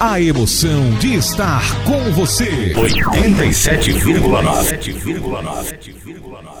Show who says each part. Speaker 1: A emoção de estar com você.
Speaker 2: 87,9. 87,9.